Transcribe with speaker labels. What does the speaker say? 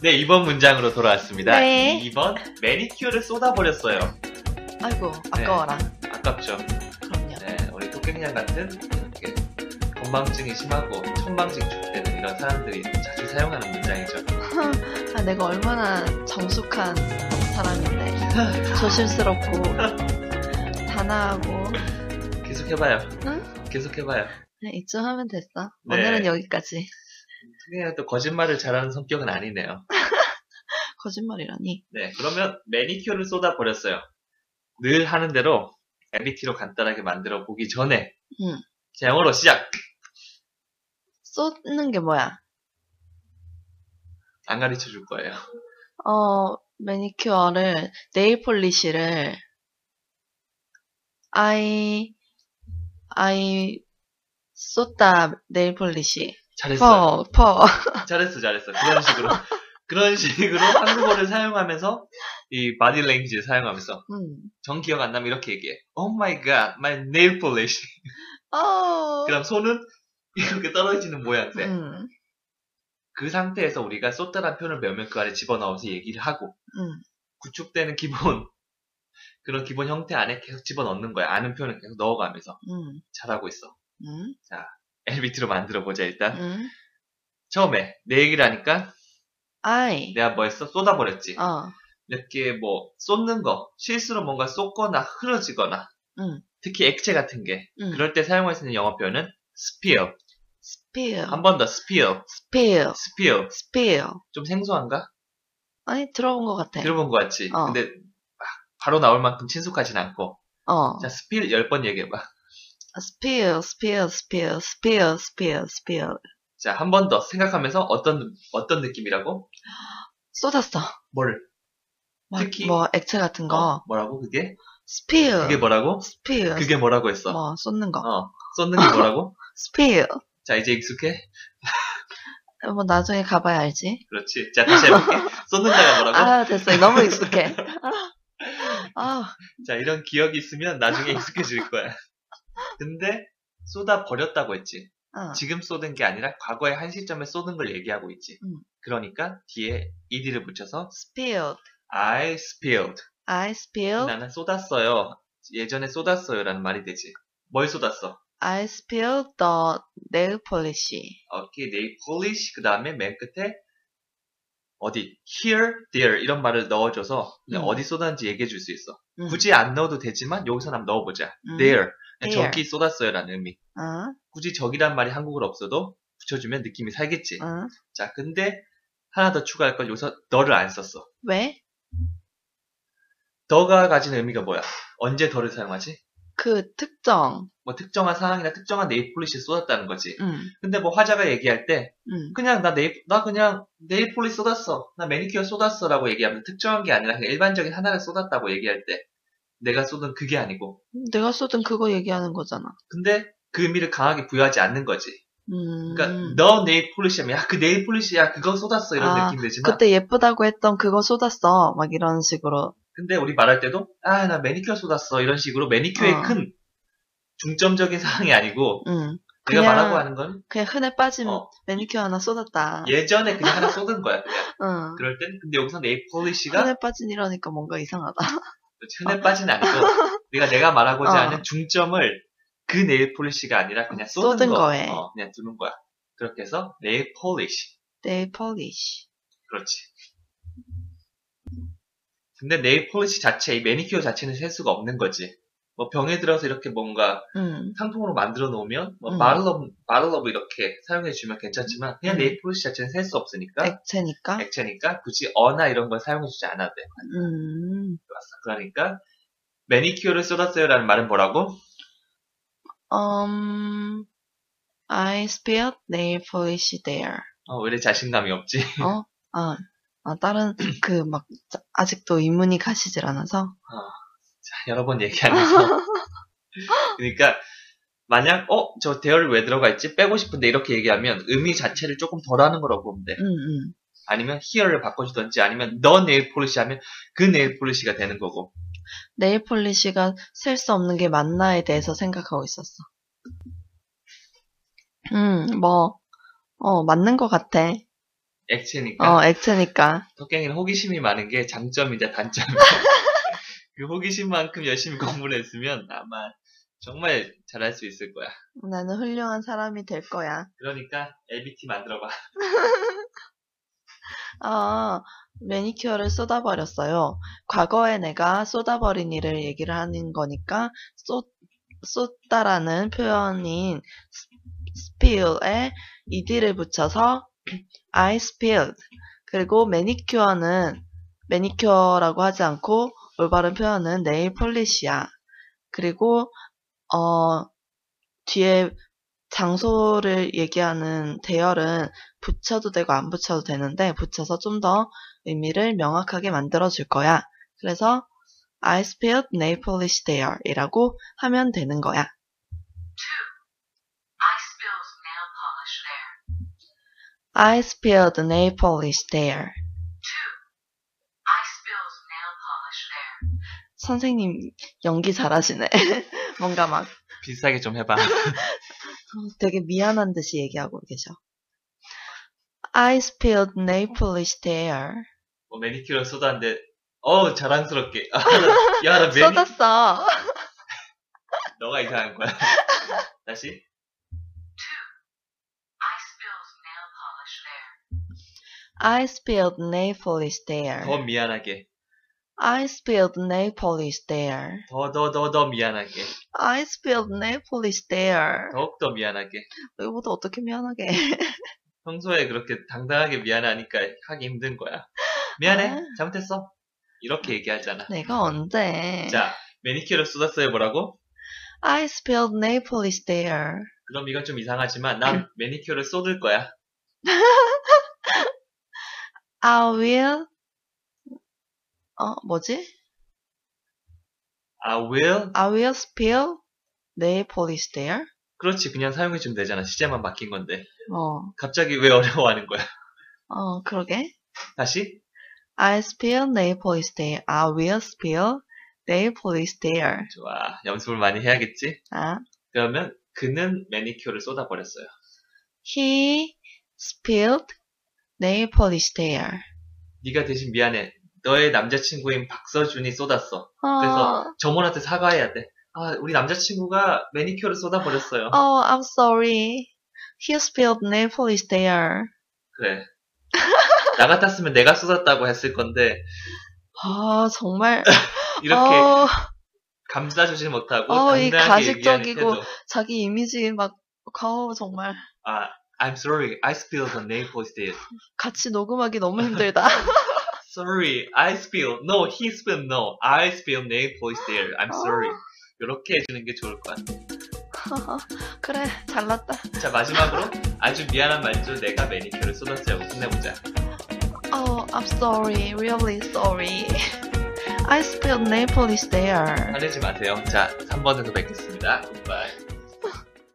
Speaker 1: 네, 이번 문장으로 돌아왔습니다.
Speaker 2: 네.
Speaker 1: 2번, 매니큐어를 쏟아버렸어요.
Speaker 2: 아이고, 아까워라.
Speaker 1: 아깝죠.
Speaker 2: 그럼요.
Speaker 1: 네, 우리 도깨비냥 같은 이렇게 건망증이 심하고 천망증 주되는 이런 사람들이 자주 사용하는 문장이죠.
Speaker 2: 아, 내가 얼마나 정숙한 사람인데. 조심스럽고, 단아하고.
Speaker 1: 계속해봐요.
Speaker 2: 응?
Speaker 1: 계속해봐요.
Speaker 2: 네, 이쯤 하면 됐어.
Speaker 1: 네.
Speaker 2: 오늘은 여기까지.
Speaker 1: 그냥 또 거짓말을 잘하는 성격은 아니네요.
Speaker 2: 거짓말이라니.
Speaker 1: 네, 그러면 매니큐어를 쏟아버렸어요. 늘 하는 대로 MBT로 간단하게 만들어 보기 전에
Speaker 2: 음.
Speaker 1: 자, 영어로 시작!
Speaker 2: 쏟는 게 뭐야?
Speaker 1: 안 가르쳐 줄 거예요.
Speaker 2: 어, 매니큐어를, 네일 폴리시를, 아이, 아이, 쏟다, 네일 폴리시.
Speaker 1: 잘했어요.
Speaker 2: 퍼, 퍼.
Speaker 1: 잘했어, 잘했어. 그런 식으로. 그런 식으로 한국어를 사용하면서 이 바디 랭귀지를 사용하면서
Speaker 2: 음.
Speaker 1: 전 기억 안 나면 이렇게 얘기해. Oh my god, my nail polish.
Speaker 2: 어.
Speaker 1: 그럼 네. 손은 이렇게 떨어지는 모양새.
Speaker 2: 음,
Speaker 1: 그 상태에서 우리가 쏟다란 표현을 몇몇 그 안에 집어넣어서 얘기를 하고
Speaker 2: 음.
Speaker 1: 구축되는 기본 그런 기본 형태 안에 계속 집어넣는 거야. 아는 표현을 계속 넣어가면서
Speaker 2: 음,
Speaker 1: 잘하고 있어.
Speaker 2: 음,
Speaker 1: LBT로 만들어보자 일단.
Speaker 2: 음.
Speaker 1: 처음에 내 얘기를 하니까
Speaker 2: 아이,
Speaker 1: 내가 뭐 했어? 쏟아버렸지.
Speaker 2: 어,
Speaker 1: 이렇게 뭐 쏟는 거 실수로 뭔가 쏟거나 흐려지거나
Speaker 2: 음.
Speaker 1: 특히 액체 같은 게
Speaker 2: 음.
Speaker 1: 그럴 때 사용할 수 있는 영어 표현은 spill
Speaker 2: spill,
Speaker 1: 한 번 더 spill
Speaker 2: spill,
Speaker 1: spill
Speaker 2: spill.
Speaker 1: 좀 생소한가
Speaker 2: 아니, 들어본 것 같아.
Speaker 1: 들어본 것 같지
Speaker 2: 어.
Speaker 1: 근데 막 바로 나올 만큼 친숙하진 않고
Speaker 2: 어,
Speaker 1: 자 spill 열 번 얘기해봐
Speaker 2: spill, spill, spill, spill, spill, spill.
Speaker 1: 자 한 번 더 생각하면서 어떤 어떤 느낌이라고
Speaker 2: 쏟았어.
Speaker 1: 뭘
Speaker 2: 뭐,
Speaker 1: 특히-
Speaker 2: 뭐 액체 같은 거.
Speaker 1: 어, 뭐라고 그게
Speaker 2: spill,
Speaker 1: 그게 뭐라고
Speaker 2: spill.
Speaker 1: 그게 뭐라고 했어
Speaker 2: 어. 뭐 쏟는 거.
Speaker 1: 어 쏟는 게 뭐라고
Speaker 2: spill.
Speaker 1: 자 이제 익숙해
Speaker 2: 뭐 나중에 가봐야 알지.
Speaker 1: 그렇지 자 다시 해볼게 쏟는다가 뭐라고
Speaker 2: 아, 됐어. 너무 익숙해. 아,
Speaker 1: 자, 이런 기억이 있으면 나중에 익숙해질 거야. 근데 쏟아 버렸다고 했지.
Speaker 2: 어,
Speaker 1: 지금 쏟은 게 아니라 과거의 한 시점에 쏟은 걸 얘기하고 있지.
Speaker 2: 음.
Speaker 1: 그러니까 뒤에 ed를 붙여서
Speaker 2: spilled.
Speaker 1: I spilled.
Speaker 2: I spilled.
Speaker 1: 나는 쏟았어요. 예전에 쏟았어요라는 말이 되지. 뭘 쏟았어?
Speaker 2: I spilled the nail polish.
Speaker 1: 오케이, 네일 폴리시 그 다음에 맨 끝에 어디 here, there 이런 말을 넣어줘서 그냥
Speaker 2: 음.
Speaker 1: 어디 쏟았는지 얘기해 줄 수 있어.
Speaker 2: 음.
Speaker 1: 굳이 안 넣어도 되지만 여기서 는 한번 넣어보자.
Speaker 2: 음.
Speaker 1: there.
Speaker 2: There.
Speaker 1: 저기 쏟았어요라는 의미.
Speaker 2: 응,
Speaker 1: 굳이 적이란 말이 한국어로 없어도 붙여주면 느낌이 살겠지.
Speaker 2: 응.
Speaker 1: 자, 근데 하나 더 추가할 건 여기서 너를 안 썼어.
Speaker 2: 왜?
Speaker 1: 너가 가진 의미가 뭐야? 언제 너를 사용하지?
Speaker 2: 그 특정.
Speaker 1: 뭐 특정한 상황이나 특정한 네일 폴리시를 쏟았다는 거지.
Speaker 2: 응,
Speaker 1: 근데 뭐 화자가 얘기할 때
Speaker 2: 응.
Speaker 1: 그냥 나 네일 나 그냥 네일 폴리시 쏟았어. 나 매니큐어 쏟았어라고 얘기하면 특정한 게 아니라 그냥 일반적인 하나를 쏟았다고 얘기할 때 내가 쏟은 그게 아니고
Speaker 2: 내가 쏟은 그거 얘기하는 거잖아.
Speaker 1: 근데 그 의미를 강하게 부여하지 않는 거지.
Speaker 2: 음.
Speaker 1: 그러니까 너 네일 폴리시 하면 야그 네일 폴리시야 그거 쏟았어 이런
Speaker 2: 아,
Speaker 1: 느낌 되지만
Speaker 2: 그때 예쁘다고 했던 그거 쏟았어. 막 이런 식으로.
Speaker 1: 근데 우리 말할 때도 아 나 매니큐어 쏟았어 이런 식으로 매니큐어의
Speaker 2: 어.
Speaker 1: 큰 중점적인 사항이 아니고
Speaker 2: 응.
Speaker 1: 내가
Speaker 2: 그냥-
Speaker 1: 말하고 하는 건
Speaker 2: 그냥 흔해 빠진
Speaker 1: 어.
Speaker 2: 매니큐어 하나 쏟았다.
Speaker 1: 예전에 그냥 하나 쏟은 거야 그냥
Speaker 2: 응.
Speaker 1: 그럴 땐 근데 여기서 네일 폴리시가
Speaker 2: 흔해 빠진 이러니까 뭔가 이상하다.
Speaker 1: 흔해 빠진 않고 내가 내가 말하고자
Speaker 2: 어.
Speaker 1: 하는 중점을 그 네일 폴리시가 아니라 그냥 쏟은,
Speaker 2: 쏟은
Speaker 1: 거
Speaker 2: 거에.
Speaker 1: 어, 그냥 두는 거야 그렇게 해서 네일 폴리시
Speaker 2: 네일 폴리시.
Speaker 1: 그렇지 근데 네일 폴리시 자체 이 매니큐어 자체는 셀 수가 없는 거지 뭐 병에 들어서 이렇게 뭔가
Speaker 2: 응.
Speaker 1: 상품으로 만들어 놓으면 뭐
Speaker 2: 음.
Speaker 1: 마를럽 마를럽 이렇게 사용해 주면 괜찮지만 그냥
Speaker 2: 음.
Speaker 1: 네일 폴리시 자체는 셀 수 없으니까
Speaker 2: 액체니까.
Speaker 1: 그러니까? 액체니까 굳이 어나 이런 걸 사용해 주지 않아도 돼.
Speaker 2: 음.
Speaker 1: 그러니까 매니큐어를 쏟았어요라는 말은 뭐라고?
Speaker 2: Um, I spilled nail polish there.
Speaker 1: 어, 왜 이래 자신감이 없지?
Speaker 2: 어? 아, 아, 다른, 그, 막, 자- 아직도 입문이 가시질 않아서.
Speaker 1: 자, 여러 번 얘기하면서 그러니까 만약 어 저 대열 왜 들어가 있지? 빼고 싶은데 이렇게 얘기하면 의미 자체를 조금 덜하는 거라고 보면 돼.
Speaker 2: 응, 응.
Speaker 1: 아니면 here를 바꿔주든지 아니면 너 네일 폴리시 하면 그 네일 폴리시가 되는 거고.
Speaker 2: 네일 폴리시가 셀 수 없는 게 맞나에 대해서 생각하고 있었어. 음, 뭐, 어, 맞는 것 같아.
Speaker 1: 액체니까
Speaker 2: 어, 액체니까.
Speaker 1: 덕갱이는 호기심이 많은 게 장점이자 단점이에요. 그 호기심만큼 열심히 공부를 했으면 아마 정말 잘할 수 있을 거야.
Speaker 2: 나는 훌륭한 사람이 될 거야.
Speaker 1: 그러니까 LBT 만들어봐.
Speaker 2: 아, 매니큐어를 쏟아버렸어요. 과거에 내가 쏟아버린 일을 얘기를 하는 거니까, 쏟, 쏟다라는 표현인 spill에 ed를 붙여서 I spilled. 그리고 매니큐어는 매니큐어라고 하지 않고 올바른 표현은 네일 폴리시야. 그리고 어 뒤에 장소를 얘기하는 대열은 붙여도 되고 안 붙여도 되는데 붙여서 좀 더 의미를 명확하게 만들어 줄 거야. 그래서 I spilled nail polish there 이라고 하면 되는 거야. I spilled nail polish there. 선생님 연기 잘하시네. 뭔가 막
Speaker 1: 비슷하게 좀 해봐.
Speaker 2: 되게 미안한 듯이 얘기하고 계셔. I spilled nail polish there.
Speaker 1: 뭐 매니큐어 쏟았는데 어 자랑스럽게. 아, 야, 나 매니
Speaker 2: 쏟았어.
Speaker 1: 너가 이상한 거야. 다시.
Speaker 2: I spilled nail polish there.
Speaker 1: 더 미안하게.
Speaker 2: I spilled nail polish there.
Speaker 1: 더 더 더 더 미안하게.
Speaker 2: I spilled nail polish there.
Speaker 1: 더욱더 미안하게.
Speaker 2: 이거보다 어떻게 미안하게.
Speaker 1: 평소에 그렇게 당당하게 미안하니까 하기 힘든 거야. 미안해.
Speaker 2: 아.
Speaker 1: 잘못했어. 이렇게 얘기하잖아.
Speaker 2: 내가 언제.
Speaker 1: 자, 매니큐어를 쏟았어요 뭐라고?
Speaker 2: I spilled nail polish there.
Speaker 1: 그럼 이건 좀 이상하지만
Speaker 2: 음.
Speaker 1: 난 매니큐어를 쏟을 거야.
Speaker 2: I will. 어, 뭐지?
Speaker 1: I will.
Speaker 2: I will spill nail polish there.
Speaker 1: 그렇지. 그냥 사용해주면 되잖아. 시제만 바뀐 건데.
Speaker 2: 어,
Speaker 1: 갑자기 왜 어려워하는 거야?
Speaker 2: 어, 그러게.
Speaker 1: 다시.
Speaker 2: I spill nail polish there. I will spill nail polish there.
Speaker 1: 좋아. 연습을 많이 해야겠지?
Speaker 2: 아,
Speaker 1: 그러면 그는 매니큐어를 쏟아버렸어요.
Speaker 2: he spilled nail polish there.
Speaker 1: 네가 대신 미안해. 너의 남자친구인 박서준이 쏟았어.
Speaker 2: 어,
Speaker 1: 그래서 저번한테 사과해야 돼. 아, 우리 남자친구가 매니큐어를 쏟아버렸어요.
Speaker 2: oh, I'm sorry. He spilled nail polish there.
Speaker 1: 그래. 나 같았으면 내가 쏟았다고 했을 건데
Speaker 2: 아, 정말.
Speaker 1: 이렇게
Speaker 2: 어,
Speaker 1: 감싸주지 못하고
Speaker 2: 어, 이
Speaker 1: 당당하게 얘기하는
Speaker 2: 가식적이고-
Speaker 1: 태도.
Speaker 2: 자기 이미지 막, 가오, 정말.
Speaker 1: 아, I'm sorry. I spilled on nail polish there.
Speaker 2: 같이 녹음하기 너무 힘들다.
Speaker 1: Sorry. I spilled. No, he spilled. No, I spilled nail polish there. I'm sorry. 이렇게 해주는 게 좋을 것 같아.
Speaker 2: 그래, 잘났다.
Speaker 1: 자, 마지막으로 아주 미안한 말로 내가 매니큐어를 쏟았어요. 끝내보자.
Speaker 2: Oh, I'm sorry. Really sorry. I spilled nail polish there.
Speaker 1: 화내지 마세요. 자, 3번에서 뵙겠습니다. 굿바이.